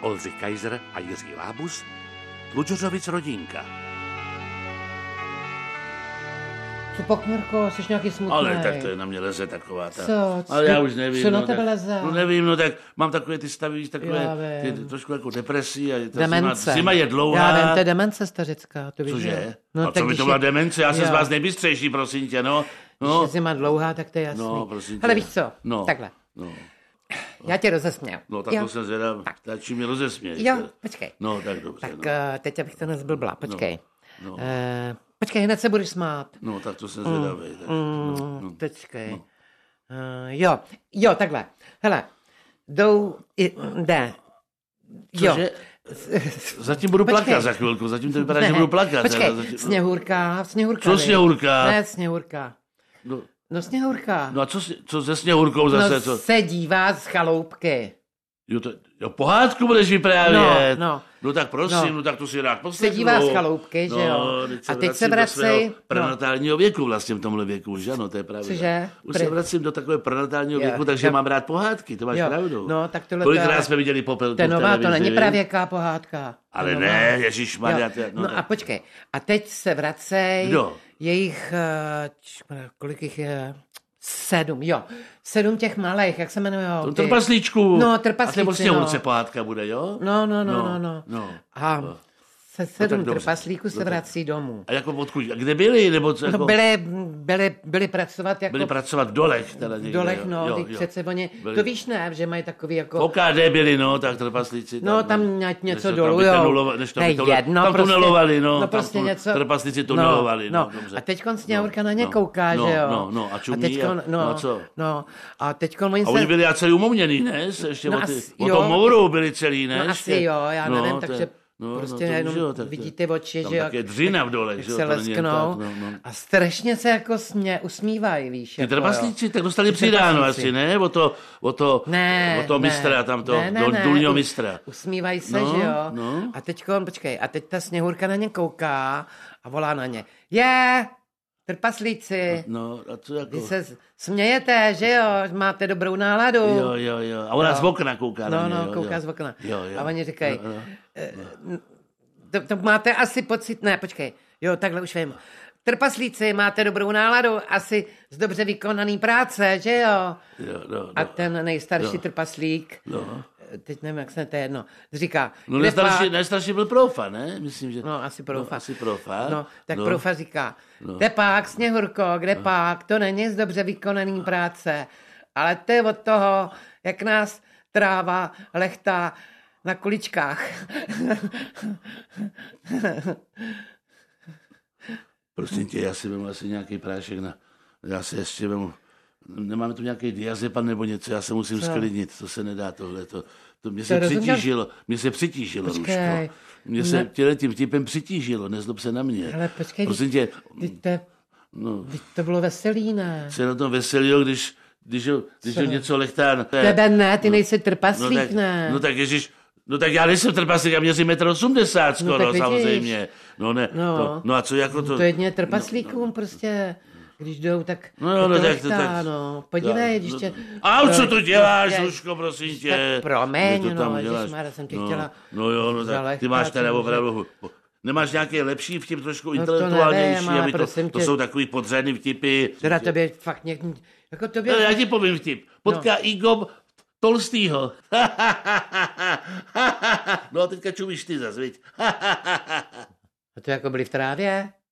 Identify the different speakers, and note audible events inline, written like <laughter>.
Speaker 1: Olzy Kaiser a Jiří Lábus, Tlučořovic rodinka.
Speaker 2: Co pak, Mirko, jsi nějaký smutný?
Speaker 3: Ale tak to je na mě leze taková ta.
Speaker 2: Co?
Speaker 3: Ale já
Speaker 2: Co-
Speaker 3: už nevím.
Speaker 2: co na
Speaker 3: no,
Speaker 2: tebe
Speaker 3: tak,
Speaker 2: leze?
Speaker 3: No nevím, no tak mám takové ty stavy, víš,
Speaker 2: Já
Speaker 3: takové ty,
Speaker 2: vím.
Speaker 3: ty, trošku jako depresí a je ta zima,
Speaker 2: Demence.
Speaker 3: zima je dlouhá.
Speaker 2: Já vím, to je demence stařická, to víš.
Speaker 3: Cože?
Speaker 2: No,
Speaker 3: a
Speaker 2: tak
Speaker 3: co by
Speaker 2: když
Speaker 3: to byla
Speaker 2: je-
Speaker 3: demence? Já jsem
Speaker 2: Jo.
Speaker 3: z vás nejbystřejší, prosím tě, no.
Speaker 2: Když je
Speaker 3: No,
Speaker 2: zima dlouhá, tak to je jasný.
Speaker 3: no prosím tě.
Speaker 2: Ale víš co,
Speaker 3: No,
Speaker 2: takhle,
Speaker 3: No,
Speaker 2: já tě rozesměl.
Speaker 3: no tak
Speaker 2: jo.
Speaker 3: to jsem zvědav, tak čím mě rozesměješ.
Speaker 2: Jo, počkej.
Speaker 3: No, tak dobře.
Speaker 2: Tak
Speaker 3: no.
Speaker 2: eh, teď, abych to nezblbla, počkej.
Speaker 3: No, no.
Speaker 2: Eh, počkej, hned se budeš smát.
Speaker 3: no, tak to
Speaker 2: Mm,
Speaker 3: jsem zvědavý. Tak, no, no.
Speaker 2: Počkej. Eh, jo, jo, takhle. Hele, jdou, i- jde. Jo.
Speaker 3: Cože? Zatím budu
Speaker 2: Počkej.
Speaker 3: plakat za chvilku, zatím to vypadá, že budu plakat.
Speaker 2: Počkej,
Speaker 3: teda, zatím-
Speaker 2: sněhurka, sněhurka.
Speaker 3: Co
Speaker 2: ne.
Speaker 3: Sněhurka?
Speaker 2: Ne, sněhurka.
Speaker 3: No,
Speaker 2: No sněhurka.
Speaker 3: no a co, s- co se Sněhurkou zase? No,
Speaker 2: no
Speaker 3: co?
Speaker 2: se dívá z chaloupky.
Speaker 3: Jo, to, jo, pohádku budeš vyprávět.
Speaker 2: No, no.
Speaker 3: no tak prosím,
Speaker 2: No.
Speaker 3: no. no tak to si rád
Speaker 2: Se
Speaker 3: poslechnu.
Speaker 2: dívá z chaloupky, že jo.
Speaker 3: No, teď
Speaker 2: A teď se
Speaker 3: vracím do
Speaker 2: vracej. no.
Speaker 3: svého Prenatálního věku vlastně v tomhle věku, že ano, to je pravda.
Speaker 2: Cože?
Speaker 3: Už se
Speaker 2: Pre-
Speaker 3: vracím do takové prenatálního
Speaker 2: Jo,
Speaker 3: věku, takže
Speaker 2: jo.
Speaker 3: mám rád pohádky, to máš
Speaker 2: Jo,
Speaker 3: pravdu.
Speaker 2: no, tak tohle to
Speaker 3: Kolikrát
Speaker 2: ale-
Speaker 3: jsme viděli popelku
Speaker 2: To je
Speaker 3: v
Speaker 2: nová, to
Speaker 3: televizi,
Speaker 2: není
Speaker 3: viď?
Speaker 2: pravěká pohádka. To
Speaker 3: Ale
Speaker 2: je nová.
Speaker 3: ne, ježíš Maria.
Speaker 2: Jo, no, a počkej, a teď se vracej
Speaker 3: Kdo?
Speaker 2: jejich, eh, čmra, kolik jich je, sedm, jo, sedm těch malých, jak se jmenují?
Speaker 3: To trpaslíčku.
Speaker 2: No,
Speaker 3: A to je
Speaker 2: trpaslíci,
Speaker 3: vlastně
Speaker 2: no.
Speaker 3: no. pohádka bude, jo?
Speaker 2: No, no, no, no, no.
Speaker 3: no.
Speaker 2: A se sedm
Speaker 3: dobře.
Speaker 2: trpaslíků se
Speaker 3: No tak-
Speaker 2: vrací domů.
Speaker 3: A jako odkud? A kde byli? Nebo co, jako,
Speaker 2: No, byli, byli, byli pracovat jako
Speaker 3: byli pracovat v dolech. Teda
Speaker 2: v
Speaker 3: někde,
Speaker 2: dolech,
Speaker 3: jo,
Speaker 2: no,
Speaker 3: jo,
Speaker 2: jo,
Speaker 3: jo.
Speaker 2: přece oni,
Speaker 3: Byli-
Speaker 2: to víš ne, že mají takový jako...
Speaker 3: V OKD byli, no, tak trpaslíci.
Speaker 2: No, tam nějak
Speaker 3: než
Speaker 2: něco
Speaker 3: to tam
Speaker 2: dolujou.
Speaker 3: vytunulo- Než to
Speaker 2: Ne,
Speaker 3: vytunulo-
Speaker 2: jedno,
Speaker 3: tam
Speaker 2: prostě-
Speaker 3: tunelovali, no.
Speaker 2: no
Speaker 3: tam
Speaker 2: prostě
Speaker 3: tu-
Speaker 2: něco-
Speaker 3: Trpaslíci
Speaker 2: No,
Speaker 3: tunelovali, no.
Speaker 2: no.
Speaker 3: dobře.
Speaker 2: A teďkon Sněhurka na ně kouká,
Speaker 3: no,
Speaker 2: že jo?
Speaker 3: No, no, a čumí.
Speaker 2: teďkon-
Speaker 3: no, a co?
Speaker 2: No, a teďkon oni
Speaker 3: A oni
Speaker 2: se...
Speaker 3: byli a celý umomněný, ne? Se ještě
Speaker 2: No
Speaker 3: o, ty,
Speaker 2: asi
Speaker 3: o
Speaker 2: jo.
Speaker 3: tom mouru byli celý, ne?
Speaker 2: No
Speaker 3: ještě?
Speaker 2: asi jo, já
Speaker 3: No,
Speaker 2: nevím,
Speaker 3: to je-
Speaker 2: takže prostě jenom
Speaker 3: jo, tak to-
Speaker 2: vidíte oči,
Speaker 3: tam
Speaker 2: že jo,
Speaker 3: tak je dřina v dole,
Speaker 2: jak
Speaker 3: že jo?
Speaker 2: se
Speaker 3: to není jen tak,
Speaker 2: lesknou
Speaker 3: no, no.
Speaker 2: a strašně se jako smě, usmívají, víš.
Speaker 3: Ty
Speaker 2: jako,
Speaker 3: trpaslíci,
Speaker 2: jo.
Speaker 3: vlastně tak dostali
Speaker 2: Ty
Speaker 3: přidáno
Speaker 2: trpaslíci.
Speaker 3: asi, ne? O to, o to,
Speaker 2: Ne,
Speaker 3: o to
Speaker 2: ne,
Speaker 3: mistra, tam to,
Speaker 2: ne, ne,
Speaker 3: do,
Speaker 2: ne,
Speaker 3: důlního
Speaker 2: u-
Speaker 3: mistra.
Speaker 2: Usmívají se,
Speaker 3: No,
Speaker 2: že jo?
Speaker 3: no.
Speaker 2: A teď, počkej, a teď ta sněhurka na ně kouká a volá na ně. Je, trpaslíci,
Speaker 3: No, a co jako...
Speaker 2: vy se z- smějete, že jo? Máte dobrou náladu.
Speaker 3: Jo, jo, jo. A ona
Speaker 2: Jo.
Speaker 3: z okna kouká na
Speaker 2: No,
Speaker 3: mě,
Speaker 2: no,
Speaker 3: jo,
Speaker 2: kouká
Speaker 3: jo.
Speaker 2: z okna.
Speaker 3: Jo, jo.
Speaker 2: A oni říkají, eh,
Speaker 3: No, no.
Speaker 2: To, to máte asi pocit, ne, počkej, jo, takhle už vím. Trpaslíci, máte dobrou náladu, asi z dobře vykonaný práce, že jo?
Speaker 3: Jo, no,
Speaker 2: A
Speaker 3: no.
Speaker 2: ten nejstarší trpaslík,
Speaker 3: No.
Speaker 2: Eh, teď nevím, jak se jmenuje, to je jedno, říká,
Speaker 3: No,
Speaker 2: kde
Speaker 3: nejstarší,
Speaker 2: pak-
Speaker 3: nejstarší byl Profa, ne? Myslím, že...
Speaker 2: No, asi profa.
Speaker 3: No, asi profa.
Speaker 2: No, tak
Speaker 3: No.
Speaker 2: profa říká, kde pak, Sněhurko, kde pak, to není z dobře vykonaný práce, ale to je od toho, jak nás tráva lechtá na kuličkách. <laughs>
Speaker 3: Prosím Prostě tě, já si vemu asi nějaký prášek na... Já si ještě vemu... Nemáme tu nějaký diazepam nebo něco, já se musím sklidnit, to se nedá tohle. To, to mě se
Speaker 2: rozumíš?
Speaker 3: přitížilo, mě se přitížilo,
Speaker 2: Počkej.
Speaker 3: Ruško. Mě se těle tím vtipem přitížilo, nezlob se na mě.
Speaker 2: Ale počkej,
Speaker 3: Prosím tě,
Speaker 2: Teď to, je-
Speaker 3: no,
Speaker 2: teď to bylo veselý, ne?
Speaker 3: se na tom veselilo, když, když, ho- když ho něco lechtá... na-
Speaker 2: Tebe ne, ty nejsi
Speaker 3: No
Speaker 2: trpaslík,
Speaker 3: tak,
Speaker 2: ne?
Speaker 3: no tak ježiš, no tak já nejsem trpaslík, já měřím 1,80 m skoro,
Speaker 2: No tak vidíš.
Speaker 3: samozřejmě. No ne,
Speaker 2: No.
Speaker 3: To, no a co jako to...
Speaker 2: to jedně trpaslíkům prostě, když jdou, tak
Speaker 3: No, no,
Speaker 2: to
Speaker 3: tak-
Speaker 2: lechtá,
Speaker 3: tak-
Speaker 2: no. Podívej, když
Speaker 3: no,
Speaker 2: tě...
Speaker 3: A co to
Speaker 2: proč-
Speaker 3: děláš,
Speaker 2: prostě-
Speaker 3: Luško, prosím tě?
Speaker 2: tak promiň,
Speaker 3: Kde to
Speaker 2: no,
Speaker 3: tam
Speaker 2: ježiš,
Speaker 3: děláš?
Speaker 2: Mara, jsem tě
Speaker 3: no,
Speaker 2: chtěla
Speaker 3: No jo, no tak ty
Speaker 2: zalehkat,
Speaker 3: máš teda
Speaker 2: že- No,
Speaker 3: opravdu... Nemáš nějaký lepší vtip, trošku
Speaker 2: to
Speaker 3: intelektuálnější,
Speaker 2: nevím, ale
Speaker 3: aby to,
Speaker 2: prosím
Speaker 3: to
Speaker 2: tě.
Speaker 3: jsou takový podřadný vtipy.
Speaker 2: Teda tobě fakt někdy... Jako tobě...
Speaker 3: No, já ti povím vtip. Potká no. Igor Tolstýho. <laughs> no a teďka čumíš ty zas, viď? <laughs>
Speaker 2: A to jako byli v trávě?